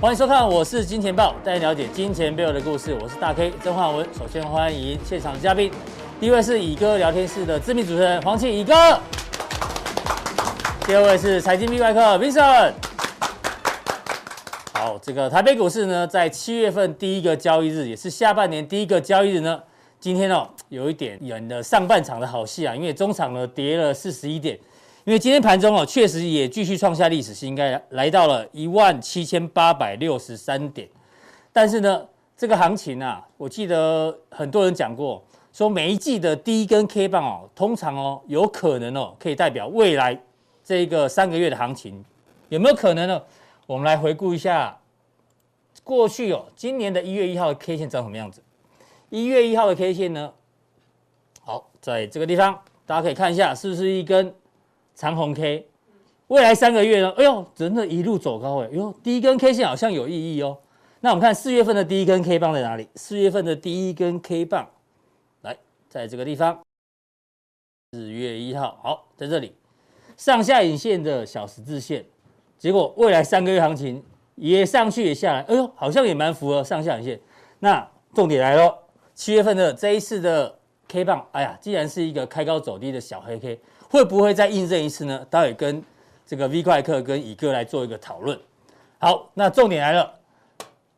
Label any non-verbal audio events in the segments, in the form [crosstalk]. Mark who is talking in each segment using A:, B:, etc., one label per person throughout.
A: 欢迎收看，我是金钱豹，带您了解金钱背后的故事。我是大 K 曾焕文。首先欢迎现场嘉宾，第一位是乙哥聊天室的知名主持人黄庆乙哥，第二位是财经 B 外客 Vincent。好，这个台北股市呢，在七月份第一个交易日，也是下半年第一个交易日呢，今天哦，有一点演了上半场的好戏啊，因为中场呢跌了四十一点，因为今天盘中哦，确实也继续创下历史新高，来到了一万七千八百六十三点。但是呢，这个行情啊，我记得很多人讲过，说每一季的第一根 K 棒哦，通常哦，有可能哦，可以代表未来这个三个月的行情，有没有可能呢？哦我们来回顾一下过去哦，今年的一月一号的 K 线长什么样子？一月一号的 K 线呢？好，在这个地方大家可以看一下，是不是一根长红 K？未来三个月呢？哎呦，真的一路走高哎！哟，第一根 K 线好像有意义哦。那我们看四月份的第一根 K 棒在哪里？四月份的第一根 K 棒，来，在这个地方，四月一号，好，在这里上下影线的小十字线。结果未来三个月行情也上去也下来，哎呦，好像也蛮符合上下影线。那重点来了，七月份的这一次的 K 棒，哎呀，既然是一个开高走低的小黑 K，会不会再印证一次呢？待会跟这个 V 怪客跟乙哥来做一个讨论。好，那重点来了，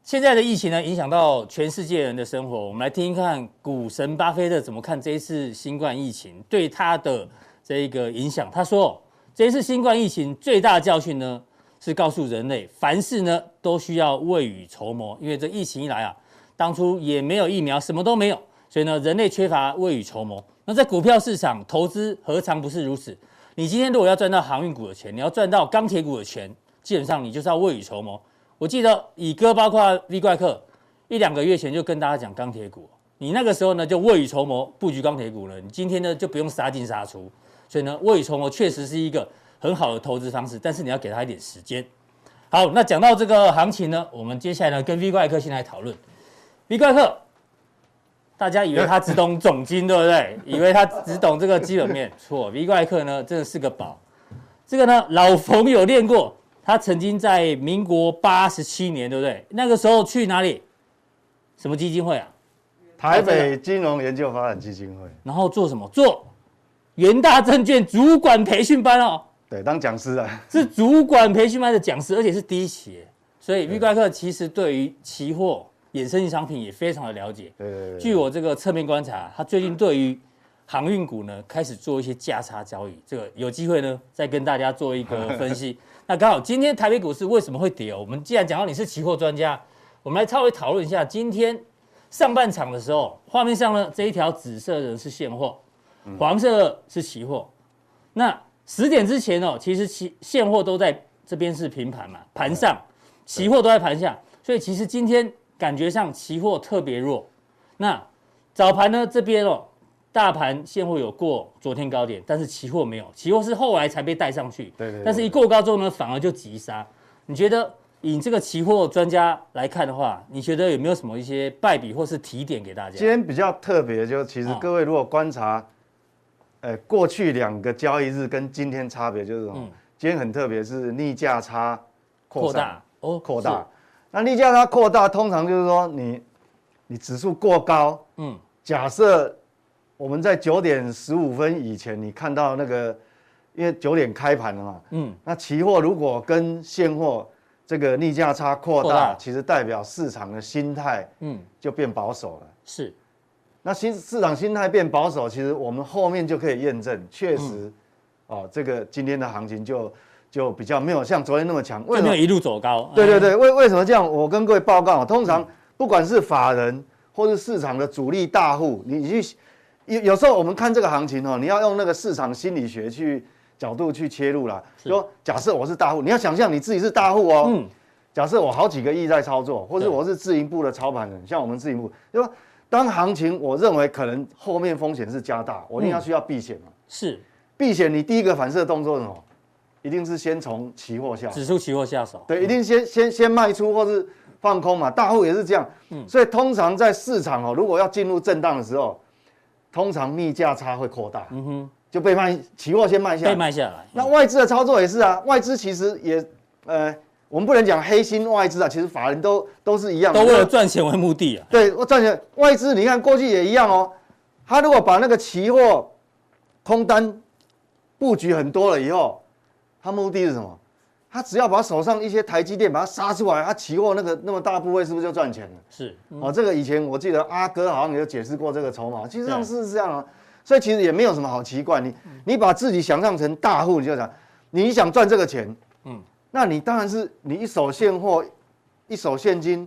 A: 现在的疫情呢，影响到全世界人的生活，我们来听一看股神巴菲特怎么看这一次新冠疫情对他的这一个影响。他说，这一次新冠疫情最大的教训呢。是告诉人类，凡事呢都需要未雨绸缪，因为这疫情一来啊，当初也没有疫苗，什么都没有，所以呢，人类缺乏未雨绸缪。那在股票市场投资何尝不是如此？你今天如果要赚到航运股的钱，你要赚到钢铁股的钱，基本上你就是要未雨绸缪。我记得乙哥包括 V 怪客一两个月前就跟大家讲钢铁股，你那个时候呢就未雨绸缪布局钢铁股了，你今天呢就不用杀进杀出，所以呢未雨绸缪确实是一个。很好的投资方式，但是你要给他一点时间。好，那讲到这个行情呢，我们接下来呢跟 V 怪客先来讨论。V 怪客，大家以
B: 哎
A: 为他只懂总金，对不
B: [laughs]
A: 对？以为他只懂这个基本面，错。V 怪客呢真的是个宝。这个呢老冯有练过，他曾经在民国八十七年，对不对？那个时候去哪里？什么基金会啊？
B: 台北金融研究发展基金会。
A: 然后做什么？做元大证券主管培训班哦。
B: 对，当讲师啊，
A: 是主管培训班的讲师，而且是第一期，所以 V 怪客其实对于期货衍生性商品也非常的了解。
B: 对对对
A: 据我这个侧面观察，他最近对于航运股呢开始做一些价差交易，这个有机会呢再跟大家做一个分
B: [laughs]
A: 析。那刚好今天台北股市为什么会跌、哦？我们既然讲到你是期货专家，我们来稍微讨论一下今天上半场的时候，画面上呢这一条紫色的是现货，
B: 嗯
A: 黄色是期货，那。十点之前哦，其实期现货都在这边是平盘嘛，盘上，期货都在盘下，所以其实今天感觉上期货特别弱。那早盘呢这边哦，大盘现货有过昨天高点，但是期货没有，期货是后来才被带上去。
B: 对对对
A: 但是一过高之后呢，反而就急杀。你觉得以这个期货专家来看的话，你觉得有没有什么一些败笔或是提点给大家
B: 今？天比较特别，就其实
A: 嗯
B: 各位如果观察，呃，过去两个交易日跟今天差别就是什么？今天很特别，是逆价差扩大，
A: 哦，
B: 扩大。那逆价差扩大，通常就是说你你指数过高，
A: 是，嗯，
B: 假设我们在九点十五分以前，你看到那个，因为九点开盘了嘛，
A: 嗯，
B: 那期货如果跟现货这个逆价差扩
A: 扩大
B: 大，其实代表市场的心态，
A: 嗯
B: 嗯，就变保守了。
A: 是，
B: 那新市场心态变保守，其实我们后面就可以验证，确实，
A: 嗯
B: 哦，这个今天的行情就就比较没有像昨天那么强。
A: 就没有一路走高。
B: 对对
A: 嗯，
B: 对，为为什么这样？我跟各位报告，通常不管是法人或是市场的主力大户，你你去有有时候我们看这个行情哦，你要用那个市场心理学去角度去切入啦。说假设我是大户，你要想象你自己是大户哦。
A: 嗯
B: 假设我好几个亿在操作，或是
A: 对
B: 我是自营部的操盘人，像我们自营部，就说当行情我认为可能后面风险是加大，我一定要需要避险嘛。
A: 是。
B: 避险你第一个反射动作是什么？一定是先从期货下手。
A: 指数期货下手。
B: 对，一定先先先卖出或是放空嘛，大户也是这样。所以通常在市场哦，如果要进入震荡的时候，通常逆价差会扩大，嗯哼，就被卖期货先卖下
A: 被
B: 来。
A: 卖下来。
B: 那外资的操作也是啊，外资其实也呃我们不能讲黑心外资啊，其实法人都都是一样的，
A: 都为了赚钱为目的啊。
B: 对，我赚钱。外资你看过去也一样哦，他如果把那个期货空单布局很多了以后，他目的是什么？他只要把手上一些台积电把它杀出来，他期货那个那么大部位是不是就赚钱了？
A: 是，
B: 哦，这个以前我记得阿哥好像有解释过这个筹码，其实上
A: 对嗯
B: 是这样啊，所以其实也没有什么好奇怪。你你把自己想象成大户，你就想你想赚这个钱，嗯
A: 嗯，
B: 那你当然是你一手现货，一手现金，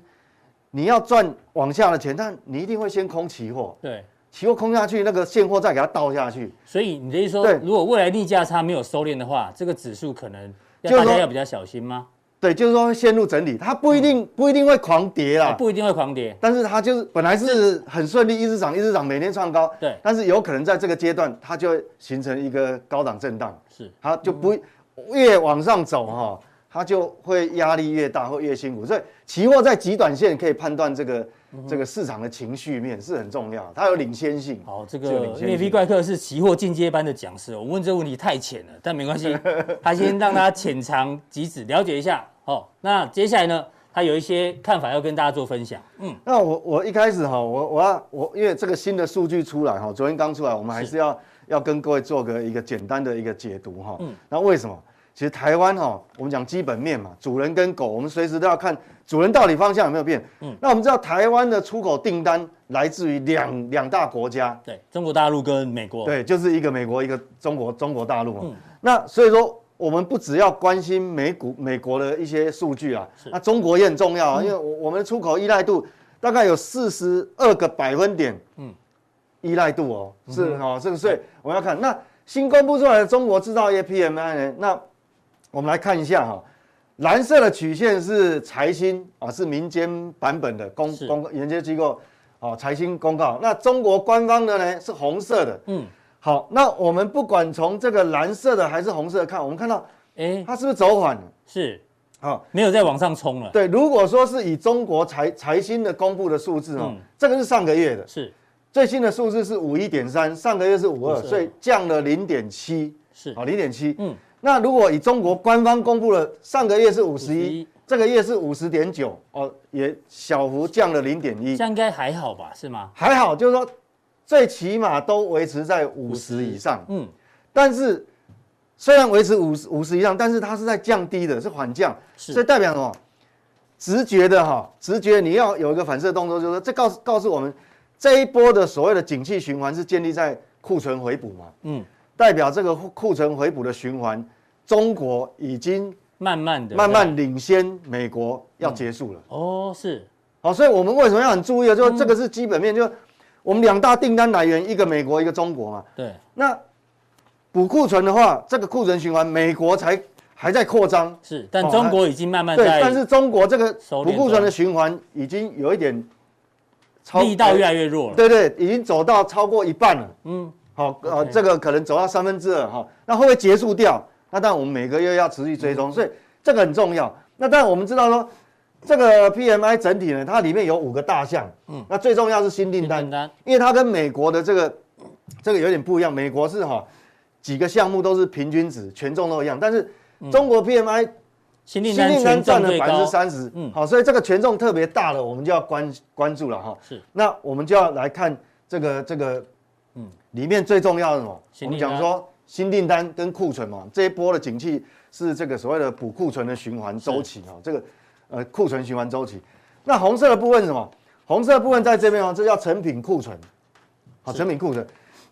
B: 你要赚往下的钱，但你一定会先空期货，
A: 对。
B: 期货空下去，那个现货再给它倒下去，
A: 所以你的意思说
B: 对，
A: 如果未来逆价差没有收敛的话，这个指数可能要
B: 就是
A: 大
B: 说
A: 家要比较小心吗？
B: 对，就是说会陷入整理，它不一
A: 嗯
B: 定、不一定会狂跌啦，
A: 哦不一定会狂跌。
B: 但是它就是本来是很顺利，一直涨一直涨，每天创高。
A: 对
B: 但是有可能在这个阶段，它就会形成一个高档震荡，
A: 是，
B: 它就不、越往上走哈、它就会压力越大，会越辛苦。所以期货在极短线可以判断这个、这个市场的情绪面是很重要的，它有领先性。
A: 好，这
B: 是
A: 个
B: 有领先
A: 因为
B: 性
A: V 怪客是期货进阶班的讲师哦，我问这个问题太浅了，但没关系，他先让他浅尝即止，了解一下。哦，那接下来呢，他有一些看法要跟大家做分享。嗯，
B: 那我我一开始哈，我我要我因为这个新的数据出来哈，昨天刚出来，我们还是要要跟各位做个一个简单的一个解读哈。嗯。那为什么？其实台湾哈，我们讲基本面嘛，主人跟狗，我们随时都要看主人到底方向有没有变。嗯。那我们知道台湾的出口订单来自于两两大国家，
A: 对中国大陆跟美国，，
B: 对，就是一个美国，一个中国，中国大陆嘛。那所以说，我们不只要关心美股、美国的一些数据啊，那中国也很重要啊，因为我我们的出口依赖度大概有四十二个百分点，嗯，依赖度哦，是哦，这个所以我们要看那新公布出来的中国制造业 PMI 呢，那我们来看一下哈、蓝色的曲线是财新啊，是民间版本的公
A: 是
B: 公研究机构哦，财新公告。那中国官方的呢是红色的，
A: 嗯，
B: 好，那我们不管从这个蓝色的还是红色的看，我们看到
A: 哎，
B: 它是不是走缓了？
A: 是
B: 好、
A: 没有再往上冲了，
B: 对，如果说是以中国财财新的公布的数字哦，
A: 嗯
B: 这个是上个月的
A: 是
B: 最新的数字是五一点三，上个月是五二，
A: 52
B: 所以降了零点七，
A: 是
B: 好，零点七。
A: 嗯，
B: 那如果以中国官方公布了，上个月是五十一
A: 51，
B: 这个月是五十点九，哦，也小幅降了零点一
A: 这，样应该还好吧？是吗？
B: 还好，就是说最起码都维持在五十以上。
A: 嗯，
B: 但是虽然维持五十五十以上，但是它是在降低的，是缓降，
A: 是
B: 所以代表什么？直觉的哈，直觉你要有一个反射动作，就是说这告诉告诉我们，这一波的所谓的景气循环是建立在库存回补嘛，
A: 嗯，
B: 代表这个库库存回补的循环，中国已经
A: 慢慢的，
B: 慢慢领先美国要结束了。
A: 哦，是
B: 好，所以我们为什么要很注意？啊就是这个是基本面，
A: 嗯
B: 就是我们两大订单来源，一个美国，一个中国嘛。
A: 对，
B: 那补库存的话，这个库存循环，美国才还在扩张，
A: 是，但
B: 哦
A: 中国已经慢慢
B: 对，
A: 在，
B: 但是中国这个
A: 收敛
B: 补库存的循环已经有一点超
A: 力道越来越弱了，
B: 对对，已经走到超过一半了。
A: 嗯，
B: 好、呃，
A: OK
B: 这个可能走到三分之二哈，那会不会结束掉？那当然我们每个月要持续追
A: 嗯
B: 踪，所以这个很重要。那但我们知道说，这个 PMI 整体呢，它里面有五个大项，嗯，那最重要是新订单，
A: 订单
B: 因为它跟美国的这个这个有点不一样，美国是哈、几个项目都是平均值，权重都一样，但是中国 PMI
A: 新嗯订
B: 新
A: 单
B: 订
A: 权
B: 单占
A: 重
B: 了
A: 最
B: 百分
A: 高
B: 之，三十，
A: 嗯
B: 好，所以这个权重特别大的，我们就要关关注了哈。
A: 是，
B: 那我们就要来看这个这个，嗯，里面最重要的是什么？我
A: 新
B: 们
A: 订单
B: 讲说新订单跟库存嘛，这一波的景气是这个所谓的补库存的循环周期哦，这个呃库存循环周期。那红色的部分是什么？红色的部分在这边哦，这叫成品库存，好，成品库存。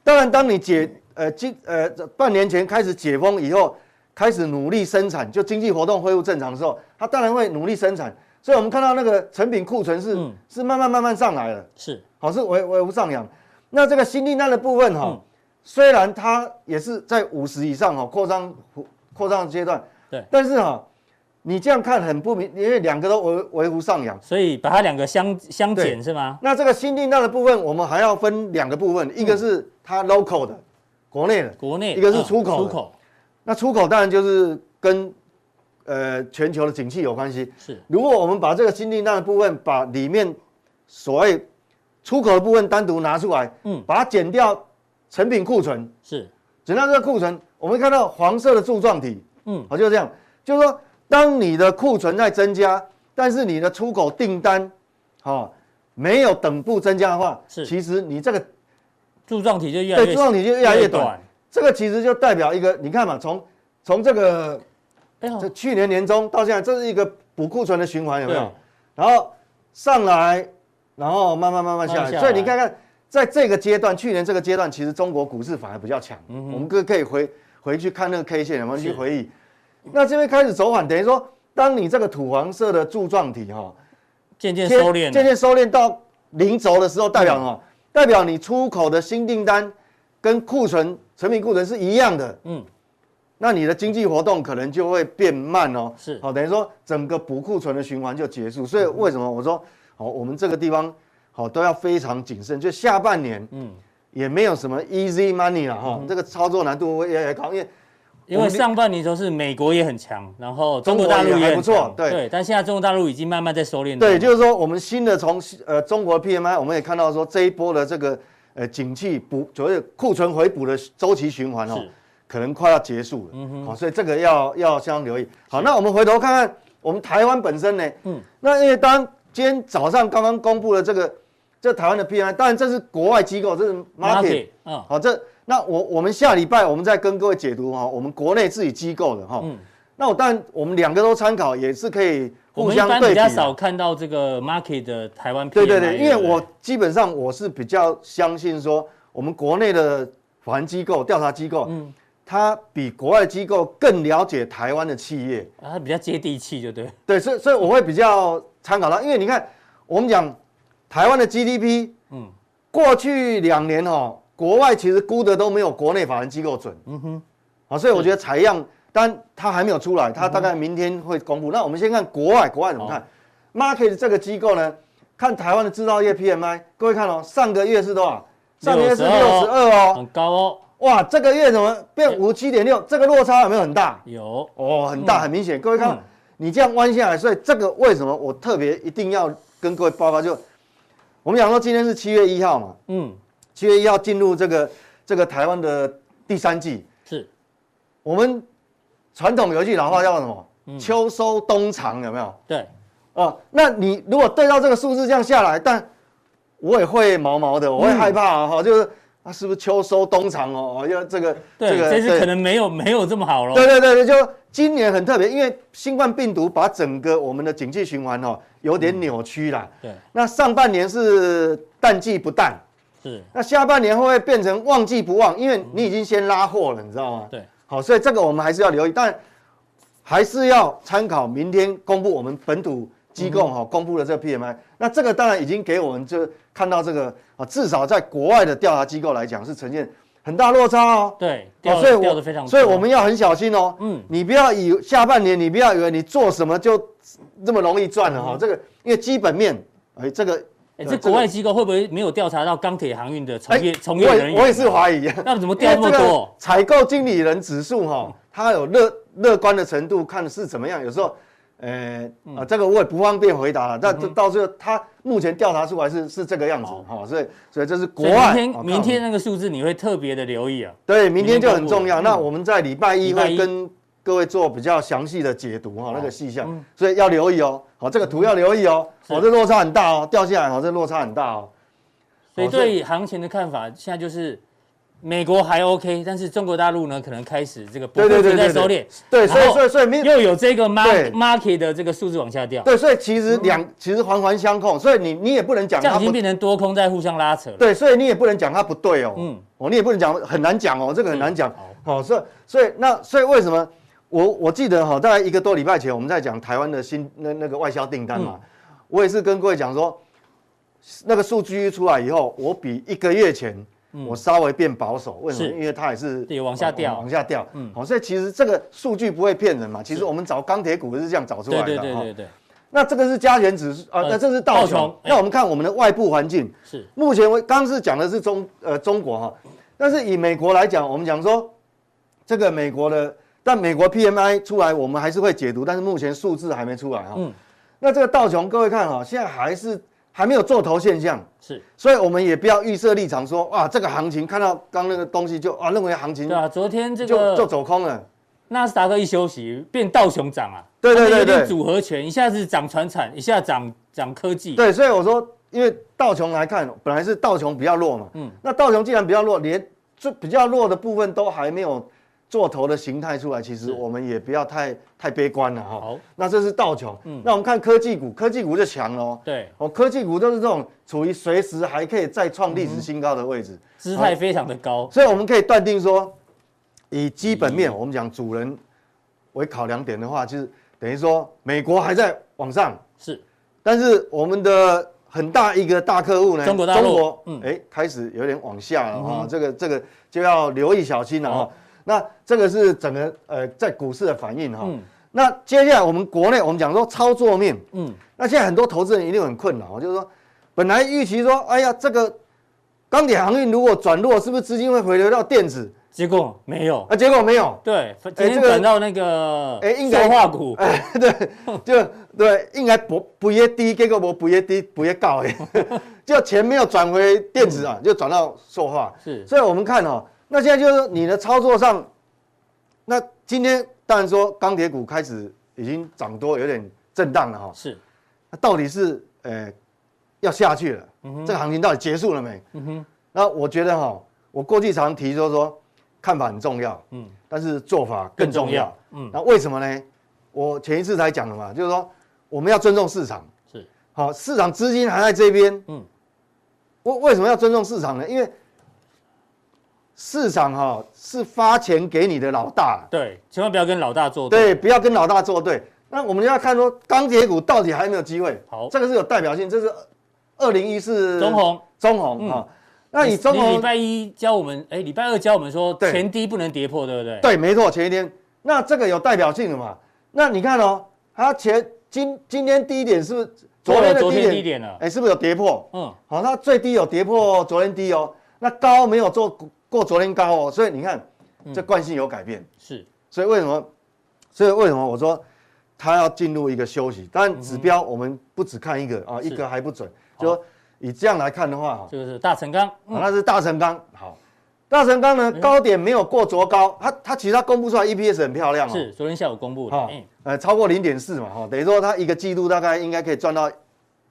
B: 当然，当你解呃今呃这半年前开始解封以后，开始努力生产，就经济活动恢复正常的时候，它当然会努力生产。所以我们看到那个成品库存是、
A: 嗯
B: 是慢慢慢慢上来了。
A: 是
B: 好是维维护上扬。那这个新订单的部分哈、虽然它也是在五十以上哈、扩张扩张的阶段，
A: 对
B: 但是哈、你这样看很不明，因为两个都维维护上扬。
A: 所以把它两个相相减是吗？
B: 那这个新订单的部分，我们还要分两个部分，一个是它 local 的，国内的，
A: 国内
B: 一个是出
A: 嗯
B: 口的
A: 出口
B: 那出口当然就是跟呃全球的景气有关系。
A: 是
B: 如果我们把这个新订单的部分，把里面所谓出口的部分单独拿出来，
A: 嗯
B: 把它减掉成品库存，
A: 是
B: 减掉这个库存，我们看到黄色的柱状体，
A: 嗯
B: 好，就是这样，就是说当你的库存在增加，但是你的出口订单，哦，没有等步增加的话，
A: 是
B: 其实你这个
A: 柱状体就越来
B: 对
A: 越
B: 柱状体就越来越短
A: 短。。
B: 这个其实就代表一个，你看嘛，从从这个
A: 哎呦
B: 这，去年年中到现在，这是一个补库存的循环，有没有
A: 对？啊
B: 然后上来，然后慢慢慢慢下
A: 慢慢下来
B: 来。所以你看看，在这个阶段，去年这个阶段，其实中国股市反而比较强。我们可可以回回去看那个 K 线，有没有
A: 嗯
B: 去
A: 是
B: 回忆？那这边开始走缓，等于说，当你这个土黄色的柱状体哈、哦，
A: 渐渐
B: 天
A: 收敛
B: 渐
A: 了，嗯
B: 渐收敛到零轴的时候，代表什么？代表你出口的新订单跟库存成品库存是一样的。
A: 嗯，
B: 那你的经济活动可能就会变慢哦。
A: 是
B: 好、等于说整个补库存的循环就结束。所以为什么我说好、我们这个地方好、都要非常谨慎，就下半年嗯也没有什么 easy money 了哈、这个操作难度会越来越高，因为
A: 因为上半年都是美国也很强，然后中
B: 中
A: 国
B: 国
A: 大陆
B: 也还
A: 也
B: 不
A: 很
B: 错
A: 强
B: 对
A: 对，但现在中国大陆已经慢慢在收敛了。
B: 嗯对，就是说我们新的从呃中国 PMI，我们也看到说这一波的这个呃景气补，所谓库存回补的周期循环哦
A: 是，
B: 可能快要结束了。嗯哼，好、所以这个要要相当留意。好，那我们回头看看我们台湾本身呢，嗯，那因为当然今天早上刚刚公布了这个这台湾的 PMI，当然这是国外机构，这是 market，
A: market 嗯，
B: 好，这那我我们下礼拜我们再跟各位解读哈、哦我们国内自己机构的哈、
A: 嗯
B: 那我当然我们两个都参考，也是可以
A: 我
B: 互
A: 们一
B: 相
A: 般
B: 对
A: 比
B: 比
A: 较
B: 啊。
A: 少看到这个 market 的台湾 PMI
B: 对对对，因为我
A: 对
B: 基本上我是比较相信说，我们国内的法人机构、调查机构，嗯，它比国外机构更了解台湾的企业，
A: 啊，它比较接地气，就对，
B: 对，所以所以我会比较参考它，因为你看，我们讲台湾的 GDP，嗯，过去两年哦，国外其实估的都没有国内法人机构准，嗯哼，嗯好，所以我觉得采样，但它还没有出来，它大概明天会公布。那我们先看国外，国外怎么看？Market 这个机构呢，看台湾的制造业 PMI，各位看哦，上个月是多少？上个月是六
A: 62
B: 十二哦，
A: 很高哦，
B: 哇，这个月怎么变五七点六？这个落差有没有很大？
A: 有
B: 哦，很
A: 嗯
B: 大，很明显。各位看，你这样弯下来，所以这个为什么我特别一定要跟各位报告？就我们讲说，今天是七月一号嘛，
A: 嗯
B: 七月一号进入这个这个台湾的第三季。
A: 是
B: 我们传统有一句老话叫什么？
A: 嗯
B: 秋收冬藏，有没有？啊、
A: 对，
B: 那你如果对到这个数字这样下来，但我也会毛毛的，我
A: 嗯
B: 会害怕啊哈、就是啊，是不是秋收冬藏哦？哦，要这个
A: 对，
B: 个
A: 这次
B: 对
A: 可能没有没有这么好了，
B: 对对对对，就今年很特别，因为新冠病毒把整个我们的经济循环哦有点扭曲啦。
A: 嗯对，
B: 那上半年是淡季不淡，
A: 是
B: 那下半年会不会变成旺季不旺？因为你已经先拉货了，你知道吗？
A: 嗯对，
B: 好，所以这个我们还是要留意，但还是要参考明天公布我们本土机构
A: 嗯
B: 哈、公布的这个 PMI。那这个当然已经给我们就看到这个啊，至少在国外的调查机构来讲是呈现很大落差哦。
A: 对，
B: 哦，
A: 掉
B: 所以
A: 得
B: 我
A: 掉的非常多，
B: 所以我们要很小心哦。嗯，你不要以下半年，你不要以为你做什么就这么容易赚了哈、这个因为基本面，哎，这个
A: 嗯哎，
B: 呃
A: 这国外机构会不会没有调查到钢铁航运的从业从业
B: 我
A: 人
B: 也
A: 员？
B: 哎
A: 啊
B: 我也是怀疑，
A: [laughs] 那怎么掉这么
B: [laughs] 因为个
A: 多？嗯
B: 采购经理人指数哈、它有乐乐观的程度，看是怎么样。有时候，呃、
A: 嗯
B: 啊，这个我也不方便回答了。但这到最后，它目前调查出来是是这个样子哈、所以所以这是国
A: 所以
B: 外。
A: 明
B: 哦
A: 天明天那个数字你会特别的留意啊，
B: 对，明天就
A: 明
B: 很
A: 天公布嗯
B: 重要。那我们在礼拜一
A: 礼拜一哦
B: 会跟各位做比较详细的解读哈，那个细
A: 嗯
B: 项，所以要留意哦。好，这个图要留意哦。哦，这落差很大哦，掉下来哦，这落差很大哦。
A: 所以
B: 哦所以
A: 对行情的看法现在就是。美国还 OK，但是中国大陆呢，可能开始这个不
B: 对对对
A: 在
B: 对
A: 收敛
B: 对，，对，所以
A: 然后
B: 所以所以明
A: 又有这个 market
B: 对
A: market 的这个数字往下掉，
B: 对，所以其实两其实环环相扣，所以你你也不能讲
A: 嗯这样
B: 它
A: 已经
B: 不
A: 变成多空在互相拉扯了。
B: 对，所以你也不能讲它不对哦。
A: 嗯
B: 嗯，哦，你也不能讲很难讲哦，这个很难讲。哦，所以所以那所以为什么我我记得哈、大概一个多礼拜前我们在讲台湾的新那那个外销订单
A: 嗯
B: 嘛，我也是跟各位讲说，那个数据一出来以后，我比一个月前。我稍微变保守，为什么？
A: 嗯是
B: 因为它也是
A: 对往下掉
B: 往往下掉。嗯，好，所以其实这个数据不会骗人嘛。其实我们找钢铁股是这样找出来
A: 对
B: 的。
A: 对对
B: 哈
A: 对对，
B: 那这个是加权指数啊，
A: 呃
B: 那这是道
A: 道
B: 琼
A: 琼。
B: 那我们看我们的外部环境，
A: 是
B: 目前为刚刚是讲的是中呃中国哈，但是以美国来讲，我们讲说这个美国的，但美国 PMI 出来，我们还是会解读，但是目前数字还没出来哈。
A: 嗯
B: 那这个道琼，各位看哈，现在还是还没有做头现象，
A: 是，
B: 所以我们也不要预设立场说啊，这个行情看到刚那个东西就啊认为行情
A: 对啊，昨天这
B: 就就
A: 个
B: 走空了。
A: 纳斯达克一休息变道熊涨啊，
B: 对对
A: 它们有
B: 对
A: 点
B: 对
A: 组合拳，一下子涨船产，一下涨涨科技，
B: 对，所以我说，因为道琼来看，本来是道琼比较弱嘛，嗯，那道琼既然比较弱，连最比较弱的部分都还没有做头的形态出来，其实我们也不要太太悲观了哈。
A: 好，
B: 那这是道琼，那我们看科技股，科技股就强了哦。
A: 对，
B: 哦，科技股都是这种处于随时还可以再创历史新高的位置，
A: 姿态非常的高，
B: 所以我们可以断定说，以基本面，我们讲主人为考量点的话，就是等于说美国还在往上，
A: 是
B: 但是我们的很大一个大客户呢，
A: 中国大陆
B: 中国，
A: 嗯
B: 哎、开始有点往下了啊、这个这个就要留意小心了哈、
A: 好
B: 那这个是整个呃在股市的反应哈、
A: 嗯
B: 那接下来我们国内我们讲说操作面，
A: 嗯，
B: 那现在很多投资人一定很困扰，哦就是说本来预期说，哎呀，这个钢铁航运如果转弱，是不是资金会回流到电子？
A: 结果没有，
B: 啊，结果没有，
A: 对，今天
B: 这个
A: 转到那个
B: 哎应该
A: 塑化股，
B: 就对，应该不不越低，结果我不越低不越
A: [laughs]
B: 高哎，就钱没有转回电子啊，就转到塑化。
A: 嗯是
B: 所以我们看哦，那现在就是说你的操作上，那今天当然说钢铁股开始已经涨多，有点震荡了哈、
A: 是，
B: 那到底是呃要下去了，这个行情到底结束了没？
A: 嗯哼，
B: 那我觉得哈，我过去常提说说看法很重要，
A: 嗯，
B: 但是做法更重
A: 更重
B: 要。
A: 要嗯
B: 那为什么呢？我前一次才讲了嘛，就是说我们要尊重市场，
A: 是，
B: 好，市场资金还在这边，
A: 嗯，
B: 为为什么要尊重市场呢？因为市场哈是发钱给你的老大，
A: 对，千万不要跟老大作
B: 对，不要跟老大作对。那我们要看说钢铁股到底还有没有机会？
A: 好
B: 这个是有代表性，这是二零一四
A: 中红，
B: 中红
A: 嗯
B: 啊。那你中
A: 你礼
B: 红
A: 拜一教我们，哎，礼拜二教我们说
B: 对
A: 前低不能跌破，对不对？，
B: 对，没错，前一天那这个有代表性的嘛？那你看哦，它前今今天低点是不是昨天的
A: 昨
B: 低
A: 天低
B: 点？
A: 点了，
B: 哎，是不是有跌破？
A: 嗯，
B: 好，它最低有跌破昨天低哦，那高没有做过昨天高哦，所以你看
A: 嗯
B: 这惯性有改变。
A: 是，
B: 所以为什么？所以为什么我说它要进入一个休息？当然指标我们不只看
A: 嗯
B: 一个啊，一个还不准。就说以这样来看的话，啊
A: 这个是大成钢，嗯
B: 那是大成钢好。大成钢呢，高点没有过昨高，它它其实它公布出来 EPS 很漂亮哦，
A: 是昨天下午公布的，
B: 哈
A: 哎，
B: 呃超过零点四嘛哈，等于说它一个季度大概应该可以赚到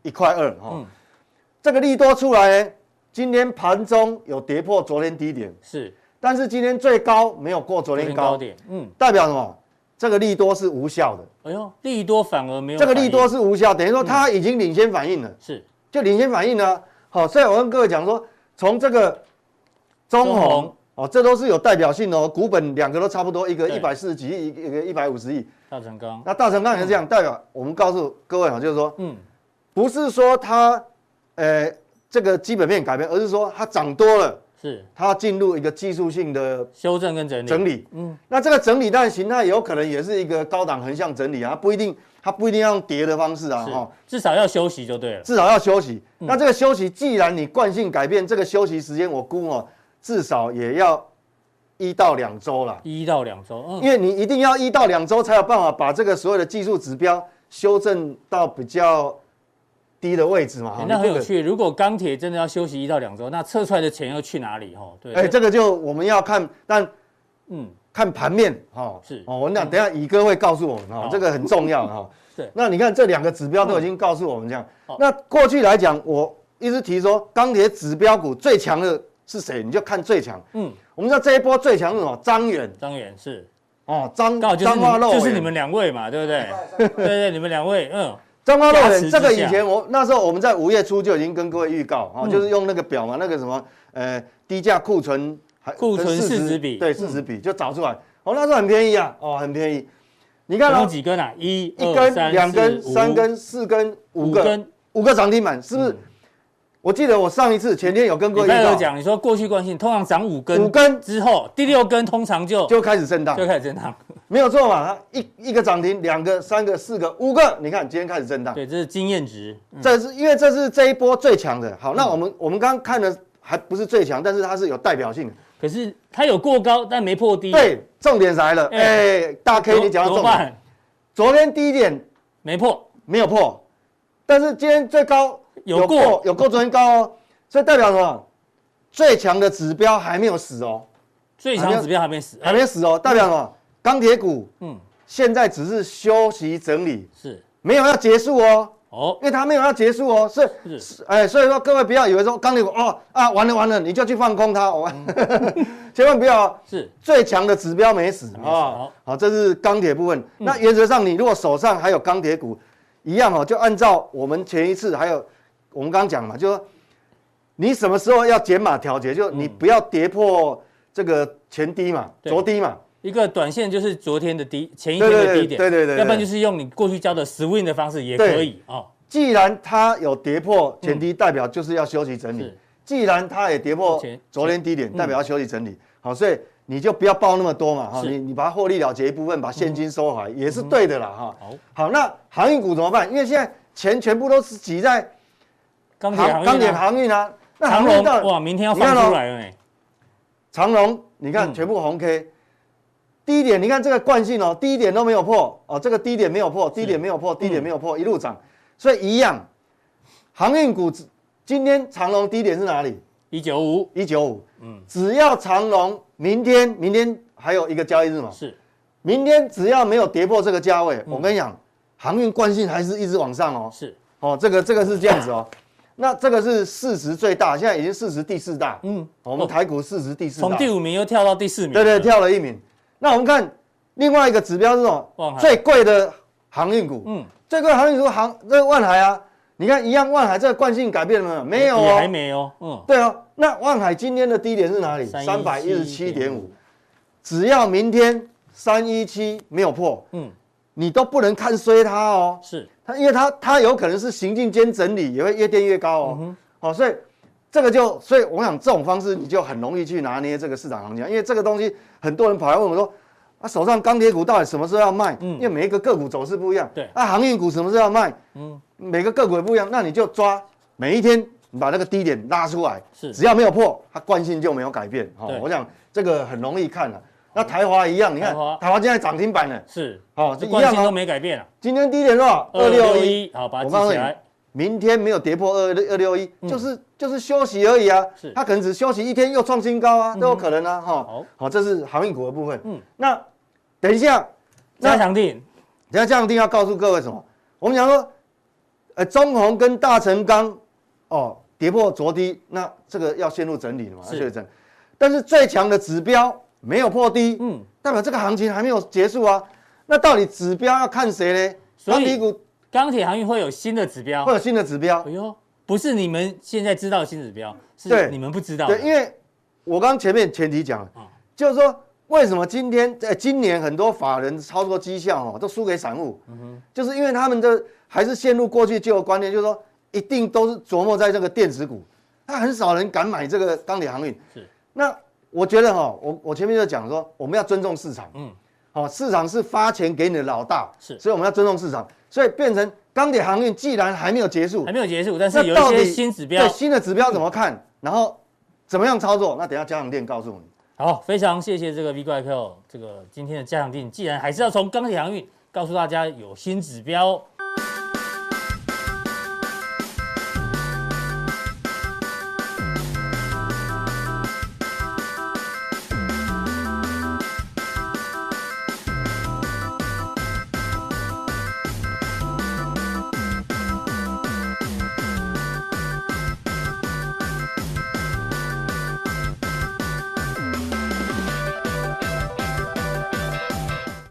B: 一块二哈
A: 嗯。
B: 这个利多出来呢，今天盘中有跌破昨天低点，
A: 是
B: 但是今天最高没有过昨
A: 昨
B: 天
A: 天
B: 高
A: 高，点，嗯，
B: 代表什么？这个利多是无效的，
A: 哎呦，利多反而没有
B: 这
A: 反
B: 个
A: 应，
B: 利多是无效，等于说它已经领先反应了，
A: 是
B: 就领先反应了。好，所以我跟各位讲说，从这个中
A: 中
B: 红
A: 红
B: 哦，这都是有代表性的哦，股本两个都差不多，一个
A: 对
B: 一百四十几亿，一个一百五十亿。
A: 大成钢，
B: 那大成钢也是这样，代表我们告诉各位啊，就是说，
A: 嗯，
B: 不是说它，呃，这个基本面改变，而是说它涨多了，
A: 是
B: 它进入一个技术性的
A: 修正跟整理，
B: 整理。
A: 嗯，
B: 那这个整理，但形态有可能也是一个高档横向整理啊，它不一定，它不一定要用叠的方式啊，
A: 是嗯
B: 哈。
A: 至少要休息就对了，
B: 至少要休息。那这个休息，既然你惯性改变，这个休息时间我估哦，至少也要一到两周啦，
A: 一到两周，嗯，
B: 因为你一定要一到两周才有办法把这个所有的技术指标修正到比较低的位置嘛。哈
A: 哎那很有。
B: 你
A: 趣。如果钢铁真的要休息一到两周，那测出来的钱要去哪里？哈，对，
B: 不可哎，这个就我们要看，但
A: 嗯，
B: 看盘面哈。
A: 是
B: 哦，我讲等一下乙哥会告诉我们
A: 好
B: 哈，这个很重
A: [laughs]
B: 要哈。
A: 对
B: 那你看这两个指标都已经告诉我们这样
A: 好。
B: 那过去来讲，我一直提说钢铁指标股最强的是谁，你就看最强。
A: 嗯，
B: 我们知道这一波最强是什么？张远
A: 张远是
B: 哦，张
A: 刚好就是
B: 张
A: 你
B: 花
A: 们
B: 肉
A: 就是你们两位嘛，对不
B: [laughs]
A: 对？对对，你们两位，嗯，
B: 张花肉
A: 加持之
B: 眼。
A: 下
B: 这个以前我那时候我们在五月初就已经跟各位预告哦，
A: 嗯
B: 就是用那个表嘛，那个什么呃低价库存还
A: 库存
B: 跟
A: 市值比
B: 对市值比就找出来，哦那时候很便宜啊，哦很便宜。你看
A: 总共
B: 哦，
A: 几根啊？一、
B: 一
A: 二
B: 根、
A: 三
B: 两根、
A: 四五
B: 三根、四根、五
A: 五
B: 个，
A: 根。嗯
B: 五个涨停板是不是？我记得我上一次前天有跟各位
A: 礼
B: 预
A: 拜二
B: 告，
A: 讲，你说过去惯性通常涨五根，
B: 五根
A: 之后第六根通常就
B: 就啊开始震荡
A: 就，开始震荡。
B: 没有错嘛，它一一个涨停，两个、三个、四个、五个，你看今天开始震荡。
A: 对，这是经验值。嗯
B: 这是因为这是这一波最强的。好，那我们、我们刚刚看的还不是最强，但是它是有代表性的。
A: 可是它有过高，但没破低。
B: 对，重点来了，
A: 哎
B: 哎、大 K
A: 怎么，
B: 你讲到
A: 怎么
B: 重点，
A: 办？
B: 昨天低点
A: 没破，
B: 没有破，但是今天最高
A: 有
B: 有
A: 过
B: 有过昨天高哦，所以代表什么？最强的指标还没有死哦，
A: 最强指标还没死，
B: 还没死哦，代表什么？钢铁股
A: 哎嗯，
B: 现在只是休息整理，
A: 是
B: 没有要结束哦，
A: 哦
B: 因，为它没有要结束哦，是
A: 是
B: 是，哎，所以说各位不要以为说钢铁股哦啊完了完了，你就去放空它，哦， [laughs] 千万不要哦。
A: 是
B: 最强的指标没死啊、
A: 好
B: 好，这是钢铁部分。那原则上，你如果手上还有钢铁股，一样哦，就按照我们前一次还有我们刚讲嘛，就说你什么时候要减码调节，就你不要跌破这个前低嘛，
A: 对
B: 昨低嘛，
A: 一个短线就是昨天的低，前一天的低点，
B: 对对对对对对
A: 要不然就是用你过去教的 swing 的方式也可以哦，
B: 既然它有跌破前低，代表就是要休息整理；
A: 是
B: 既然它也跌破
A: 前
B: 昨天低点，代表要休息整理。好，所以你就不要报那么多嘛，哈，
A: 是
B: 你你把它获利了结一部分，把现金收回来、也是对的啦，哈。
A: 好，
B: 好，那航运股怎么办？因为现在钱全部都是挤在
A: 钢铁
B: 航
A: 行
B: 钢铁
A: 业呢，
B: 航运啊，那
A: 长
B: 航运
A: 龙
B: 到
A: 哇，明天要
B: 你
A: 放
B: 看哦
A: 出来了呢，
B: 长龙，你看
A: 嗯
B: 全部红 K。低点，你看这个惯性哦，低点都没有破哦，这个低点没有破，低点没有
A: 嗯
B: 破，低点没有破，一路涨，所以一样。航运股只今天长龙低点是哪里？
A: 一九五
B: 一九五。
A: 嗯
B: 只要长龙明天，明天还有一个交易日嘛，
A: 是
B: 明天只要没有跌破这个价
A: 嗯
B: 位，我跟你讲，航运惯性还是一直往上哦。
A: 是，
B: 哦，这个这个是这样子哦，那这个是市值最大，现在已经市值第四大，哦
A: 嗯，
B: 我们台股市值第四大，
A: 从第五名又跳到第四名，
B: 对对，跳了一名。那我们看另外一个指标是什
A: 万
B: 么？
A: 海
B: 最贵的航运股，
A: 嗯，
B: 最贵的航运股航这个万海啊，你看一样万海这个惯性改变了没有？没有
A: 也还
B: 哦，
A: 没哦，嗯，
B: 对哦。那万海今天的低点是哪里？三百一十七点五，，只要明天三一七没有破，
A: 嗯，
B: 你都不能看衰它哦。
A: 是
B: 它因为它它有可能是行进间整理，也会越垫越高哦。
A: 嗯
B: 好、所以这个就所以我想这种方式你就很容易去拿捏这个市场行情啊，因为这个东西很多人跑来问我说。啊，手上钢铁股到底什么时候要卖？因为每一个个股走势不一样。
A: 嗯对
B: 啊，航运股什么时候要卖？嗯，每个个股也不一样，那你就抓每一天，你把那个低点拉出来，
A: 是
B: 只要没有破，它惯性就没有改变。好、
A: 对嗯
B: 我想这个很容易看了、啊那台华一样，你看
A: 台华
B: 台华现在涨停板了，
A: 是，
B: 好、哦，
A: 这
B: 一
A: 惯
B: 样
A: 性都
B: 哦。
A: 没改变啊，
B: 今天低点多少？二六一。
A: 261，好，把它
B: 我告
A: 记
B: 诉
A: 起
B: 你
A: 来，
B: 明天没有跌破二二六一，就是就是休息而已啊
A: 嗯是。嗯
B: 它可能只休息一天又创新高啊，都有可能啊。哈
A: 好，
B: 好，这是航运股的部分。
A: 嗯
B: 嗯，那等一下，那
A: 加强定，
B: 等一下这样一定要告诉各位什么？我们讲说，呃，中红跟大成钢哦跌破昨低，那这个要陷入整理了嘛？
A: 是
B: 要陷入整理，但是最强的指标没有破低，
A: 嗯，
B: 代表这个行情还没有结束啊。那到底指标要看谁呢？
A: 所以
B: 钢铁股
A: 钢铁行业会有新的指标
B: 会，有新的指标
A: 哎。呦，不是你们现在知道的新指标，是
B: 对
A: 你们不知道的，
B: 对，因为我刚前面前提讲了
A: 啊，
B: 就是说为什么今天呃今年很多法人操作绩效哦都输给散户，
A: 嗯
B: 就是因为他们的还是陷入过去旧的观念，就是说一定都是琢磨在这个电子股，那很少人敢买这个钢铁航运。
A: 是，
B: 那我觉得哈、我我前面就讲说我们要尊重市场，
A: 嗯
B: 嗯，好、市场是发钱给你的老大，
A: 是
B: 所以我们要尊重市场，所以变成钢铁航运既然还没有结束
A: 还，没有结束，但
B: 那
A: 是有
B: 到
A: 一些
B: 底
A: 新指标
B: 对。新的指标怎么看？然后怎么样操作？那等一下家长店告诉你。
A: 好，非常谢谢这个 V 怪客，哦这个今天的加强定，既然还是要从钢铁航运告诉大家有新指标哦。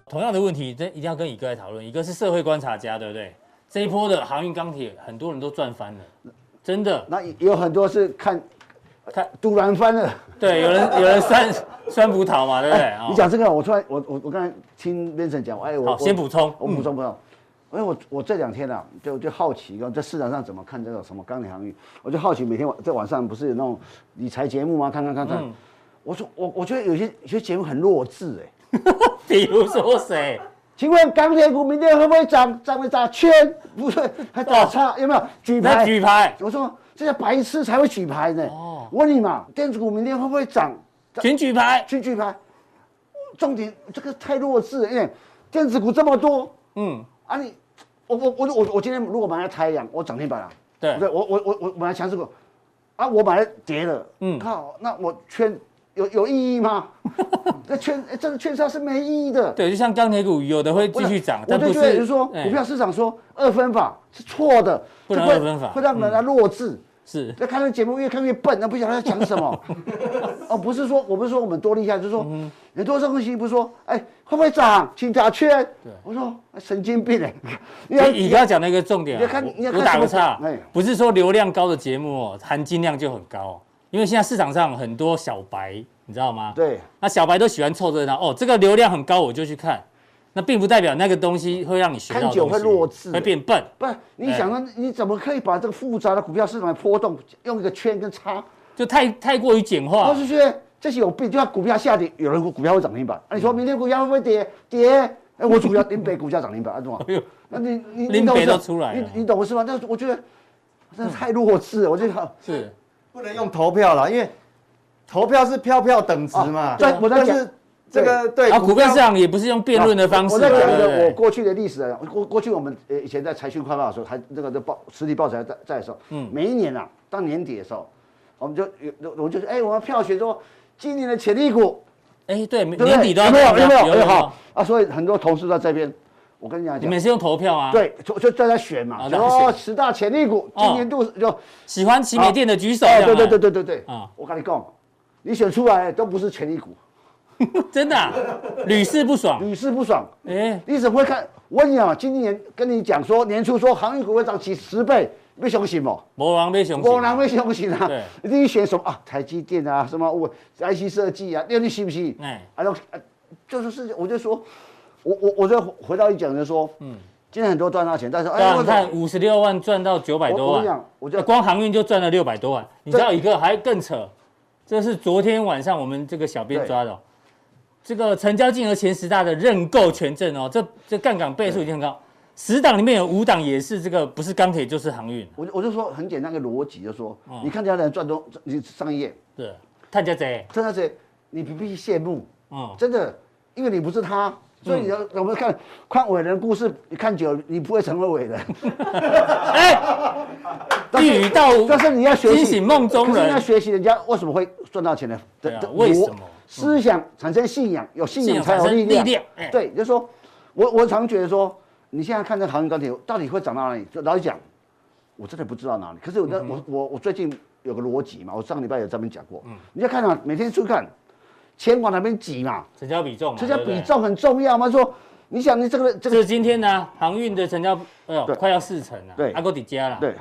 A: 同样的问题，这一定要跟乙哥来讨论。乙哥是社会观察家，对不对？这一波的航运钢铁，很多人都赚翻了，真的。
C: 那有很多是看
A: 看，
C: 突然翻了。
A: 对，有
C: [laughs]
A: 人有人酸酸葡萄嘛，对不对？啊
C: 你，讲这个，我突然我我我刚才听 Vincent 讲，哎，我
A: 好，先补，充。嗯
C: 我我补充补充。因为我我这两天啊，就就好奇，在市场上怎么看这个什么钢铁航运，我就好奇每天晚在晚上不是有那种理财节目吗？看看
A: 嗯
C: 看看，我说我我觉得有些有些节目很弱智哎、
A: 哦比如说谁？
C: 请问钢铁股明天会不会涨？涨会打圈？不是，还打叉？有没有举
A: 哦那
C: 牌？
A: 举牌，
C: 我说这些白痴才会举牌呢。
A: 哦
C: 我问你嘛，电子股明天会不会涨？
A: 全举牌。
C: 去举牌，重点这个太弱智了，因为电子股这么多
A: 嗯，
C: 啊你，我我我我我今天如果买了太阳，我涨停板了，
A: 对
C: 对，我我我我买了强势股，啊，我买了跌了，
A: 嗯
C: 嗯，靠，那我圈有有意义吗？那券哎真的券商是没意义的。
A: 对，就像钢铁股有的会继续涨，
C: 我
A: 但
C: 就
A: 不
C: 觉得
A: 是
C: 就是说，
A: 哎
C: 股票市场说二分法是错的，
A: 不能
C: 就会
A: 二分法
C: 会让人家弱智。
A: 是
C: 那看这节目越看越笨，那不晓得他讲
A: [laughs]
C: 什么。哦，不是说我不是说我们多厉害，就是
A: 嗯
C: 说很多上分析不是说，哎，会不会涨？请打圈。我说哎神经病哎，你
A: 你你刚刚讲了一个重点、啊，
C: 你要看
A: 我
C: 你要
A: 我
C: 看
A: 打
C: 什
A: 个
C: 么
A: 岔
C: 哎，
A: 不是说流量高的节目哦，含金量就很高哦、因为现在市场上很多小白，你知道吗？，
C: 对
A: 那小白都喜欢凑热闹哦，这个流量很高我就去看，那并不代表那个东西会让你学到
C: 看久
A: 东西
C: 会弱智
A: 会变笨。
C: 不是你想啊，你怎么可以把这个复杂的股票市场的波动用一个圈跟叉？
A: 就太太过于简化
C: 我。是觉得这是有病，就像股票下跌，有人股票会涨停板，那你说
A: 嗯
C: 明天股票会不会跌？跌，哎，我股票林北股价涨停板，啊，懂吗
A: [laughs] 哎呦？
C: 那你你
A: 林
C: 你懂
A: 北
C: 我
A: 都
C: 是
A: 出来了
C: 你你懂我是吗？但是我觉得真的太弱智了，我觉得好
A: 是，
B: 不能用投票啦，因为投票是票票等值嘛。
C: 啊对我在
B: 但
C: 讲
B: 是这个对
A: 啊然后股票市场也不是用辩论的方式
C: 啊我
A: 嘛，
C: 在讲一
A: 对不
C: 个
A: 对
C: 我过去的历史啊，过过去我们呃以前在财讯快报的时候，还那个的报实体报纸还在在的时候，嗯，每一年啊，到年底的时候，我们就有我们就是哎，我们票选说今年的潜力股，
A: 哎，对，
C: 对不对
A: 年底都要
C: 有没有
A: 看
C: 有
A: 到
C: 没有
A: 有
C: 哎好啊，所以很多同事都在这边，我跟你讲
A: 你
C: 讲
A: 们。是用投票啊？，
C: 对，就就在那选
A: 啊
C: 嘛，
A: 在
C: 然
A: 那
C: 后
A: 选
C: 十大潜力股，今年度就
A: 喜欢奇美店的举手，
C: 哎
A: 这样
C: 对
A: 啊
C: 对对，对对对
A: 啊
C: 我跟你讲，你选出来都不是潜力股，
A: 真的啊，屡试不爽。
C: 屡试不爽。
A: 哎，
C: 你怎么会看？我跟你讲，今年跟你讲说年初说航运股会涨起十倍，你相信吗？
A: 魔王被熊，
C: 我哪会相信啊
A: 对？
C: 你选什么啊？台积电啊，什么我 IC 设计啊，那你信不信？
A: 哎
C: 哎，啊，然后啊就是事情，我就说，我我我就回到一讲就说，嗯，今天很多赚到钱，但是
A: 对
C: 哎，
A: 啊，
C: 我
A: 你看五十六万赚到九百多
C: 我我跟你
A: 万
C: 讲，我就
A: 光航运就赚了六百多万。你知道一个还更扯，这是昨天晚上我们这个小编抓的哦，这个成交金额前十大的认购权证哦，这这杠杆倍数已经很高，十档里面有五档也是这个不是钢铁就是航运，
C: 我就我就说很简单一个逻辑，就说、
A: 嗯
C: 你看人家人赚多，你上一页，
A: 对，探家贼，
C: 真的是你不必羡慕，
A: 嗯，
C: 真的，因为你不是他，所以你要我们看看伟人故事，你看久了你不会成为伟人，
A: 哎，
C: 但
A: 一
C: 是
A: 语道
C: 但是你要学习
A: 惊醒梦中
C: 可是你要
A: 人，
C: 学习人家为什么会赚到钱的
A: 对啊
C: 的的
A: 为什么
C: 逻思想产生信仰，有信
A: 信
C: 仰
A: 仰
C: 才有
A: 产生
C: 力量。
A: 力量哎
C: 对，就是说我我常觉得说，你现在看这航运钢铁到底会涨到哪里？就老实讲，我真的不知道哪里。可是我
A: 嗯
C: 那、我我我最近有个逻辑嘛，我上礼拜有专门讲过，
A: 嗯
C: 你要看啊，每天去看钱往哪边挤嘛，
A: 成交比重嘛，
C: 这叫
A: 哦对不对
C: 比。重很重要嘛。说你想你这个
A: 这
C: 这个
A: 是今天呢，航运的成交，哎呦，
C: 对
A: 快要四成了，
C: 对
A: 阿哥底加了，
C: 对。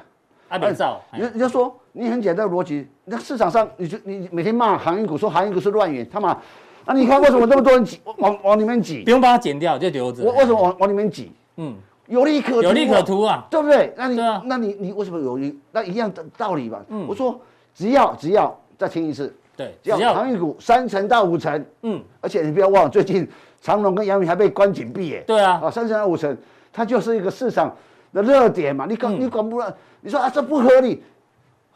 A: 阿哎北照，
C: 哎你就你就说你很简单的逻辑，那市场上你就你每天骂航运股，说航运股是乱源，他妈，啊你看为什么这么多人挤往往里面挤
A: 不？用把它剪掉，就留着。
C: 我为什么？往往里面挤？
A: 嗯，
C: 有利可图啊
A: 有利可，图啊，
C: 对不对？那你
A: 对啊
C: 那你你为什么有利？那一样的道理吧。我说只要只要再听一次，
A: 对，只
C: 只要
A: 要
C: 航运股三成到五成，
A: 嗯，
C: 而且你不要忘了，最近长隆跟杨明还被关紧闭耶。
A: 对啊，
C: 啊，三成到五成，它就是一个市场的热点嘛。你
A: 嗯
C: 管、你管不了，你说啊这不合理，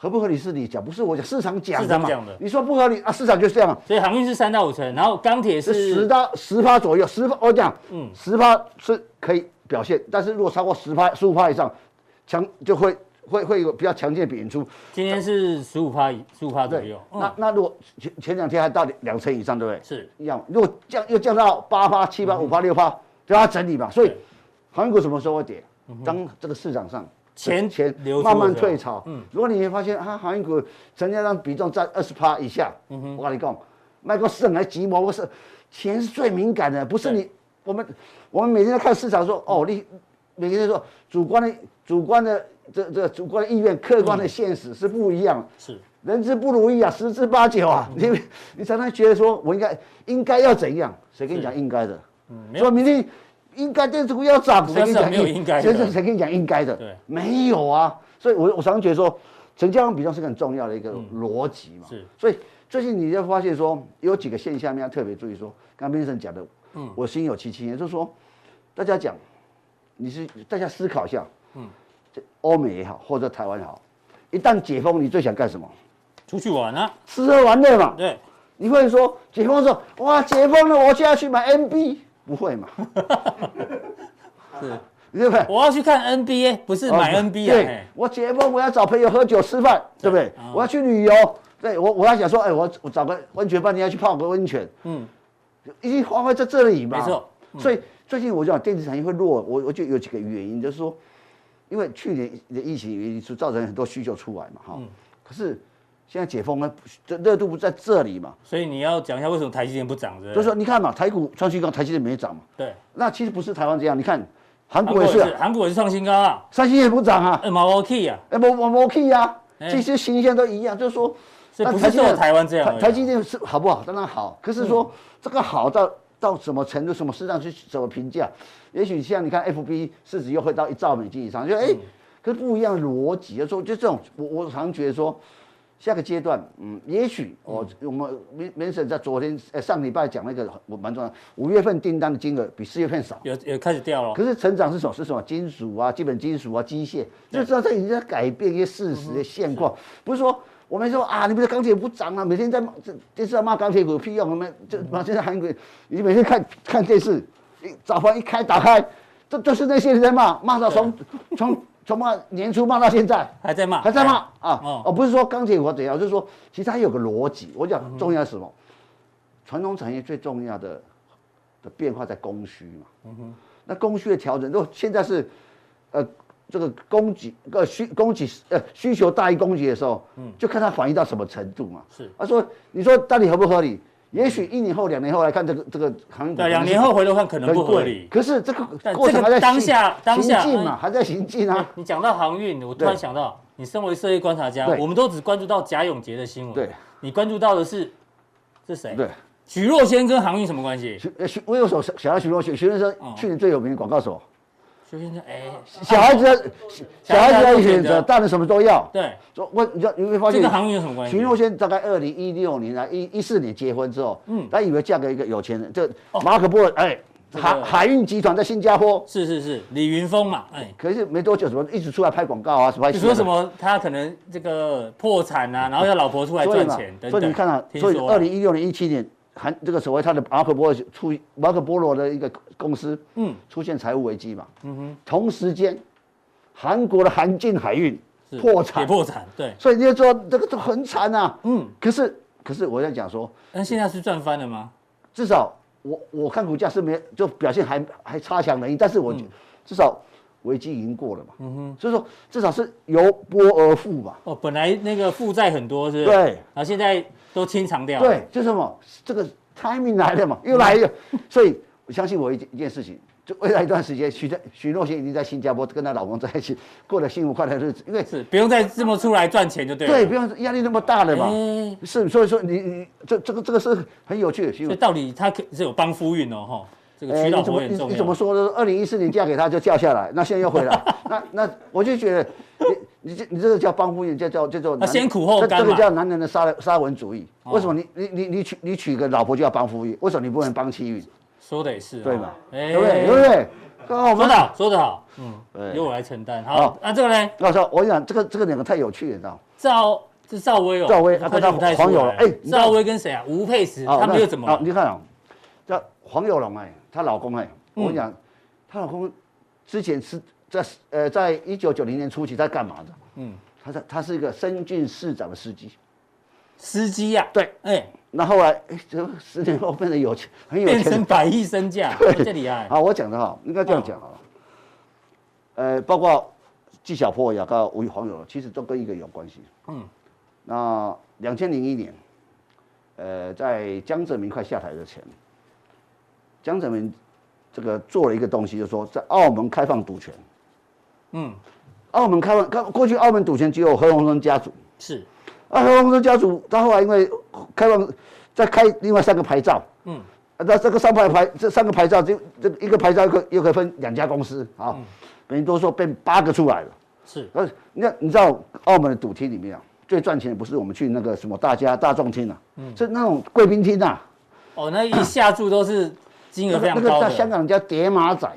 C: 合不合理是你讲，不是我讲，市场讲
A: 市
C: 的
A: 场
C: 嘛。
A: 讲的
C: 你说不合理啊，市场就是这样嘛。
A: 所以航运是三到五成，然后钢铁
C: 这十
A: 是
C: 到十趴左右，十我讲，嗯，十趴是可以表现，但是如果超过十趴、十五趴以上，强就会会会有比较强劲的演出。
A: 今天是十五趴，十五趴左
C: 对
A: 右，，
C: 那
A: 嗯，
C: 那如果前前两天还到两成以上，对不对？
A: 是
C: 一样。如果降又降到八趴、七趴、五趴、六趴，让它整理嘛。所以
A: 嗯对，嗯
C: 航运股什么时候会跌？当这个市场上
A: 钱
C: 钱
A: 流出的
C: 慢慢
A: 时候嗯
C: 退潮，如果你会发现啊，航运股成交量比重在二十趴以下，
A: 嗯
C: 我跟你讲，卖个市场来寂寞，我是钱是最敏感的，不是你我们我们每天在看市场说哦，你每天都说主观的主观的这这主观的意愿，客
A: 嗯
C: 观的现实是不一样的。
A: 是，
C: 人之不如意啊，十之八九啊。
A: 嗯
C: 你你常常觉得说我应该应该要怎样？谁跟你讲应该的？
A: 嗯没有
C: 说明天应该电子股要涨，谁跟你
A: 市场
C: 讲
A: 没有应该的
C: 谁谁谁跟你讲应该的？
A: 对
C: 没有啊。所以我我常常觉得说，成交量比重是个很重要的一个逻辑嘛。
A: 嗯是
C: 所以最近你就发现说，有几个现象要特别注意说，刚刚 Vincent 讲的，嗯，我心有戚戚，也就是说，大家讲，你是大家思考一下，嗯，这欧美也好，或者台湾也好，一旦解封，你最想干什么？
A: 出去玩啊，
C: 吃喝玩乐嘛。
A: 对，
C: 你会说解封说哇解封了，我就要去买 NB，不会嘛？
A: [laughs] 是，
C: 对不对？哦
A: 我要去看 NBA，不是买 NBA，
C: 对
A: 哎，
C: 我解封我要找朋友喝酒吃饭，对不对
A: 对嗯？
C: 我要去旅游，对我我要想说，哎，我我找个温泉饭店要去泡个温泉，
A: 嗯，
C: 一定花费在这里嘛。
A: 没错。嗯
C: 所以最近我讲电子产业会弱，我我就有几个原因，就是说，因为去年的疫情原因是造成很多需求出来嘛，
A: 嗯
C: 哈。可是现在解封了，这热度不在这里嘛，
A: 所以你要讲一下为什么台积电不涨，对不
C: 就是
A: 对
C: 说你看嘛，台股创新高，台积电没涨嘛。
A: 对，
C: 那其实不是台湾这样，你看韩
A: 韩国
C: 国也
A: 也
C: 是
A: 是，
C: 啊，
A: 韩国也是创新高啊，
C: 三星也不涨啊，
A: 二毛 OK 啊，
C: 哎，我我我 OK 啊，
A: 哎
C: 其实形象都一样，就是说，
A: 所以
C: 那
A: 不是只有台湾这样而已啊嗯
C: 台台积电是好不好？当然好，可是说这个好到到什么程度，什么市场去怎么评价？也许像你看 FB 市值又会到一兆美金以上，就
A: 嗯
C: 哎，可是不一样的逻辑，就说就这种，我我常觉得说。下个阶段，嗯，也许我我们明明神在昨天呃上礼拜讲那个我蛮重要，五月份订单的金额比四月份少，
A: 有有开始掉了，
C: 可是成长是什么？是什么？金属啊，基本金属啊，机械，就知道这已经在改变一些事实的现况，不是说。我们说啊，你们的钢铁不涨啊，每天在骂这电视上骂钢铁股有屁用？我们就马现在韩国，你每天看看电视，一早饭一开打开，这就是那些人在骂，骂到从从从骂年初骂到现在，
A: 还在骂，
C: 还在骂
A: 哎
C: 啊！哦，，不是说钢铁股怎样，就是说其实它有个逻辑。我讲重要
A: 嗯
C: 是什么？传统产业最重要的的变化在供需嘛。
A: 嗯
C: 那供需的调整，如果现在是呃这个供给呃需供给呃需求大于供给的时候，就看它反映到什么程度嘛。
A: 嗯是
C: 他说你说到底合不合理？也许一年后、两年后来看这个这个行业，
A: 嗯对，啊两年后回头看可能不合理。
C: 嗯可是这
A: 但
C: 个
A: 这
C: 过程
A: 个
C: 还在
A: 当下
C: 行
A: 当下
C: 行进嘛，
A: 哎
C: 还在行进啊。
A: 你讲到航运，我突然想到，你身为社会观察家，
C: 对
A: 我们都只关注到贾永杰的新闻，
C: 对，
A: 你关注到的是是谁？
C: 对，。
A: 许若仙跟航运什么关系？
C: 徐呃徐，我有首想想到徐若瑄，徐若瑄
A: 哦
C: 去年最有名的广告手，
A: 许若仙说，哎，
C: 小孩子的小
A: 小孩
C: 孩
A: 子
C: 子
A: 要
C: 要
A: 选
C: 选
A: 择
C: 择，大人什么都要。
A: 对，
C: 说我你知道你会发
A: 这
C: 现
A: 跟航运有什么关系？
C: 徐若瑄大概二零一六年啊一一四年结婚之后，
A: 嗯哦
C: 嗯，她以为嫁给一个有钱人，这马可波尔哎
A: 这个
C: 海海运集团在新加坡，
A: 是是是，李云峰嘛，哎，
C: 可是没多久怎么一直出来拍广告啊，什么拍
A: 就
C: 戏啊
A: 说什么他可能这个破产啊，然后要老婆出来
C: 所以
A: 赚
C: 嘛
A: 钱等等。
C: 嗯所以你看啊，
A: 听
C: 所以
A: 说了
C: 二零一六年、一七年，韩这个所谓他的马可波尔出马可波罗的一个公司，
A: 嗯
C: 嗯，出现财务危机嘛，嗯哼，同时间，韩国的韩进海运
A: 是
C: 破产
A: 也，破产，对，
C: 所以你就说这个都很惨啊，
A: 嗯，
C: 可是可是我在讲说，
A: 但现在是赚翻了吗？
C: 至少我我看股价是没就表现还还差强人意，但是我、
A: 嗯
C: 至少危机已经过了嘛，嗯哼，所以说至少是由波而富嘛，
A: 哦，本来那个负债很多是不是，
C: 对
A: 然后现在都清偿掉了，
C: 对，就是什么这个 timing 来了
A: 嗯
C: 嘛，又来了，所以我相信我一件一件事情，就未来一段时间，徐在徐若瑄已经在新加坡跟她老公在一起过了幸福快乐的日子，因为
A: 是不用再这么出来赚钱就对了。
C: 对，不用压力那么大了嘛。
A: 哎
C: 是，所以说你你这这个这个是很有趣的新
A: 所以
C: 闻。
A: 到底他可是有帮夫运哦，哈，这个
C: 哎
A: 娶老
C: 你怎
A: 婆
C: 么
A: 也很
C: 你
A: 重
C: 你怎么
A: 要。
C: 说呢？二零一四年嫁给他就掉下来，那现在又回来，
A: [laughs]
C: 那那我就觉得你你这你这个叫帮夫人，这叫这叫
A: 那
C: 男
A: 先苦后
C: 这
A: 甘
C: 这个
A: 嘛哦
C: 叫男人的沙沙文主义。为什么你你你你娶你娶个老婆就要帮夫运？为什么你不能帮妻运？
A: 说的也是哦，
C: 对嘛？
A: 哎
C: 对不对？对不对？那我
A: 说
C: 们
A: 得好，说得好，嗯，
C: 对
A: 由我来承担。好
C: 好，
A: 那这个呢？
C: 那时候我想这个这个两个太有趣了，你知道吗？
A: 赵这赵薇哦，
C: 赵薇
A: 我
C: 啊
A: 看
C: 跟
A: 不太
C: 他黄
A: 出
C: 友
A: 来
C: 哎你知道
A: 赵薇跟谁啊？吴佩慈，
C: 啊
A: 他们
C: 那
A: 又怎么
C: 啊
A: 了？
C: 你看啊，这黄有龙哎，她老公哎，我跟你讲，她老公之前是在呃，在一九九零年初期在干嘛的？
A: 嗯
C: 嗯，他在他是一个深圳市长的司机，
A: 司机呀，
C: 对，
A: 哎，
C: 那后来哎，怎么十年后变得有钱，很有
A: 变
C: 钱
A: 成
C: 人。
A: 百亿身
C: [laughs]
A: 价，这厉害。
C: 啊好，我讲的哈，应该这样讲好了。呃，包括纪晓波也跟吴黄友，其实都跟一个有关系。
A: 嗯
C: 嗯，那两千零一年，呃，在江泽民快下台之前，江泽民这个做了一个东西，就是说在澳门开放赌权。
A: 嗯，
C: 澳门开放，过过去澳门赌权只有何鸿燊家族，
A: 是，
C: 啊，何鸿燊家族他后来因为开放，再开另外三个牌照，
A: 嗯，
C: 啊那这个三牌牌这三个牌照就这个一个牌照又可又可以分两家公司啊，
A: 嗯
C: 等于多说变八个出来了。
A: 是，
C: 呃，那你知道澳门的赌厅里面啊，最赚钱的不是我们去那个什么大家大众厅啊，
A: 嗯
C: 是那种贵宾厅啊，
A: 哦，那一下注都是金
C: 那
A: 额非
C: 个
A: 常
C: 那
A: 高
C: 个
A: 的
C: 在。香港叫叠马仔，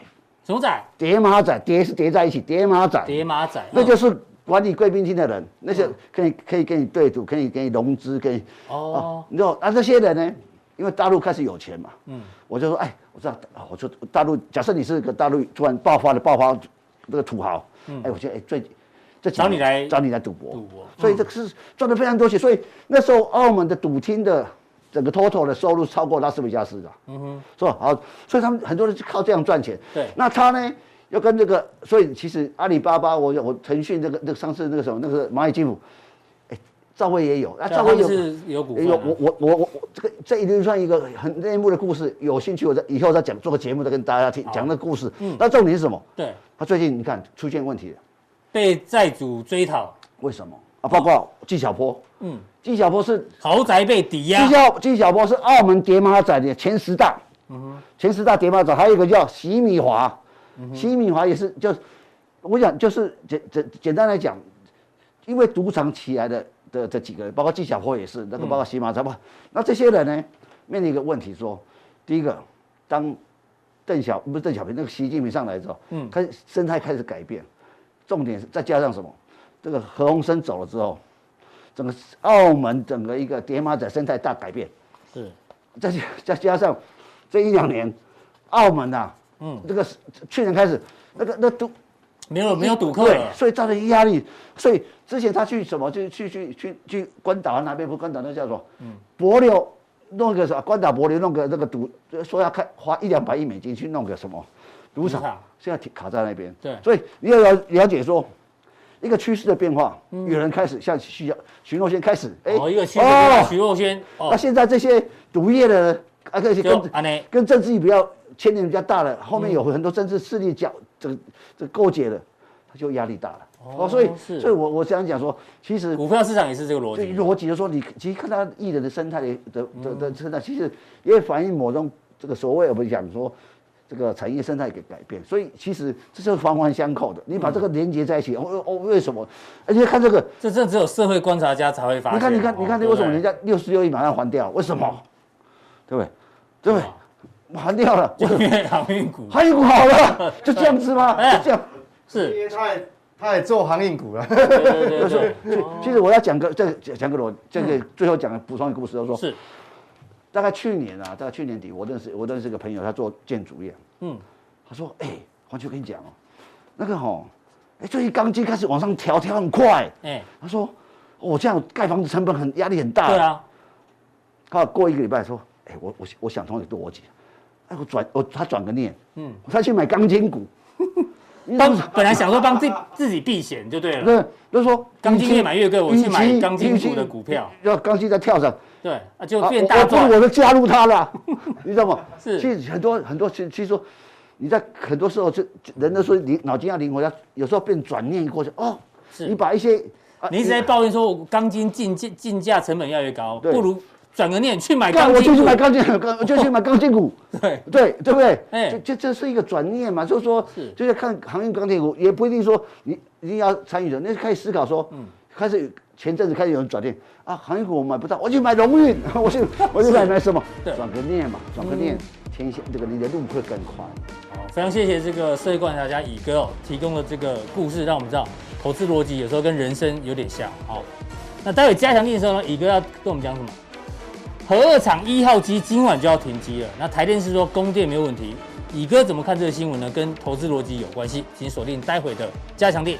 A: 熊仔，
C: 叠马仔叠是叠在一起，叠马仔，
A: 叠马仔，
C: 那就是管理贵宾厅的人，那
A: 嗯
C: 些可以可以跟你对赌，可以给你融资，可以。
A: 哦
C: 哦，，你知道啊，这些人呢，因为大陆开始有钱嘛，嗯，我就说，哎，我知道，啊我说大陆，假设你是个大陆突然爆发的爆发这个土豪，哎，我觉得哎最这
A: 嗯
C: 几年
A: 找你来
C: 找你来赌博，
A: 赌博嗯
C: 所以这个是赚了非常多钱。所以那时候澳门的赌厅的整个 total 的收入超过拉斯维加斯的，嗯哼，是吧？好，所以他们很多人是靠这样赚钱。
A: 对
C: 那他呢？又跟这个，所以其实阿里巴巴，我我腾讯这个那个上次那个什么那个蚂蚁金服，哎，赵薇也有，那
A: 对啊
C: 赵薇
A: 他
C: 有
A: 们是有股份啊
C: 有我我我我我这个这一定算一个很内幕的故事，有兴趣我再以后再讲做个节目再跟大家听讲那个故事。那重点是什么？
A: 嗯对，
C: 他最近你看出现问题了，
A: 被债主追讨，
C: 为什么啊？包括纪晓波，
A: 嗯，
C: 纪晓波是
A: 豪宅被抵
C: 纪
A: 押，
C: 晓纪晓波是澳门叠马仔的前十大，前十大叠马仔，还有一个叫席米华，席米华也是就，我想就是简简简单来讲，因为赌场起来的的这几个人，包括纪晓波也是，那个包括席马仔吧，那这些人呢，面临一个问题说，第一个，当邓小不是邓小平那个习近平上来之后，嗯，开始生态开始改变，重点是再加上什么，这个何鸿燊走了之后。整个澳门整个一个叠马仔生态大改变，
A: 是
C: 再加再加上这一两年，澳门呐、嗯，这个是去年开始那个那都
A: 没有没有赌客
C: 对，
A: 了，
C: 所以造成压力。所以之前他去什么，就去去去去关岛啊那边不是关岛那叫什么，嗯，帛琉弄个什么，关岛帛琉弄个那个赌，说要开花一两百亿美金去弄个什么赌场
A: 赌场，
C: 现在停卡在那边。
A: 对
C: 所以你要了了解说。一个趋势的变化，有人开始像徐小徐若瑄开始，哎
A: 嗯哦，一个徐
C: 哦
A: 徐若瑄，
C: 那
A: 哦，
C: 现在这些毒业的啊，这些
A: 就
C: 跟
A: 安尼，
C: 跟政治比较牵连比较大的，后
A: 嗯
C: 面有很多政治势力搅这个这个勾结的，他就压力大了。
A: 哦
C: 所以
A: 是
C: 所以我我想讲说，其实
A: 股票市场也是这个逻
C: 就
A: 辑，
C: 逻辑就是说，你其实看到艺人的生态的的的
A: 嗯
C: 的生态，其实也反映某种这个所谓我们讲说。这个产业生态给改变，所以其实这是环环相扣的。你把这个
A: 嗯
C: 连接在一起，哦哦，为什么？而且看这个，
A: 这这只有社会观察家才会发现。哦嗯
C: 你看，你看，你看，
A: 这
C: 这为什么人家六十六亿马上还掉？为什么？对不对？对不对？还掉
A: [laughs]
C: 了，
A: 就因为航运股
C: [laughs] 还有股好了，就这样子吗？
A: 哎
C: 就这样。
B: 因
A: 是，
B: 为他也他也做航运股了，
A: 对对对对，
C: 其实我要讲个这个讲个逻，这个最后讲个补充一个故事，就是说，
A: 是
C: 大概去年啊，大概去年底，我认识我认识一个朋友，他做建筑业，
A: 嗯
C: 嗯，他说，哎，黄秋跟你讲哦，那个吼，哎，最近钢筋开始往上调，调很快。
A: 哎，
C: 他说，我这样盖房子成本很压力很大。
A: 对啊，
C: 他过一个礼拜说，哎、我我我想通了一个逻辑，哎，我转我他转个念，嗯，他去买钢筋股，你
A: 帮
C: 懂吗
A: 本来想说帮自己自己避险就对了，
C: 对，就是说
A: 钢筋越买越贵我去买
C: 与其
A: 钢筋股
C: 与其
A: 的股票
C: 要钢筋在跳上，
A: 对啊，就
C: 啊
A: 变
C: 我
A: 大
C: 我不
A: 赚
C: 如，我都加入他了，你知道吗？
A: 是
C: 其实很多很多，其其实说你在很多时候就就人都说你脑筋要灵活，要有时候变转念过去，哦，
A: 是
C: 你把一些啊
A: 你一直在抱怨说钢筋进进进价成本越来越高，
C: 对
A: 不如转个念去买
C: 干
A: 钢
C: 我就
A: 筋
C: 去
A: 股
C: 买，钢筋，我就去买钢筋股。
A: 对，
C: 对对不对？
A: 哎
C: 这这这是一个转念嘛，就是说
A: 是，
C: 就是看航运钢铁股，也不一定说你一定要参与的，那就开始思考说，
A: 嗯
C: 开始有前阵子开始有人转念啊，航运股我买不到，我去买荣运， [laughs] 我去我去买买什么
A: 对？嗯
C: 转个念嘛，转个念，天下这个你的路会更宽。
A: 好非常谢谢这个社会观察家乙哥哦，提供的这个故事，让我们知道投资逻辑有时候跟人生有点像。好，那待会加强力的时候呢，乙哥要跟我们讲什么？核二厂一号机今晚就要停机了。那台电是说供电没有问题，乙哥怎么看这个新闻呢？跟投资逻辑有关系，请锁定待会的加强力。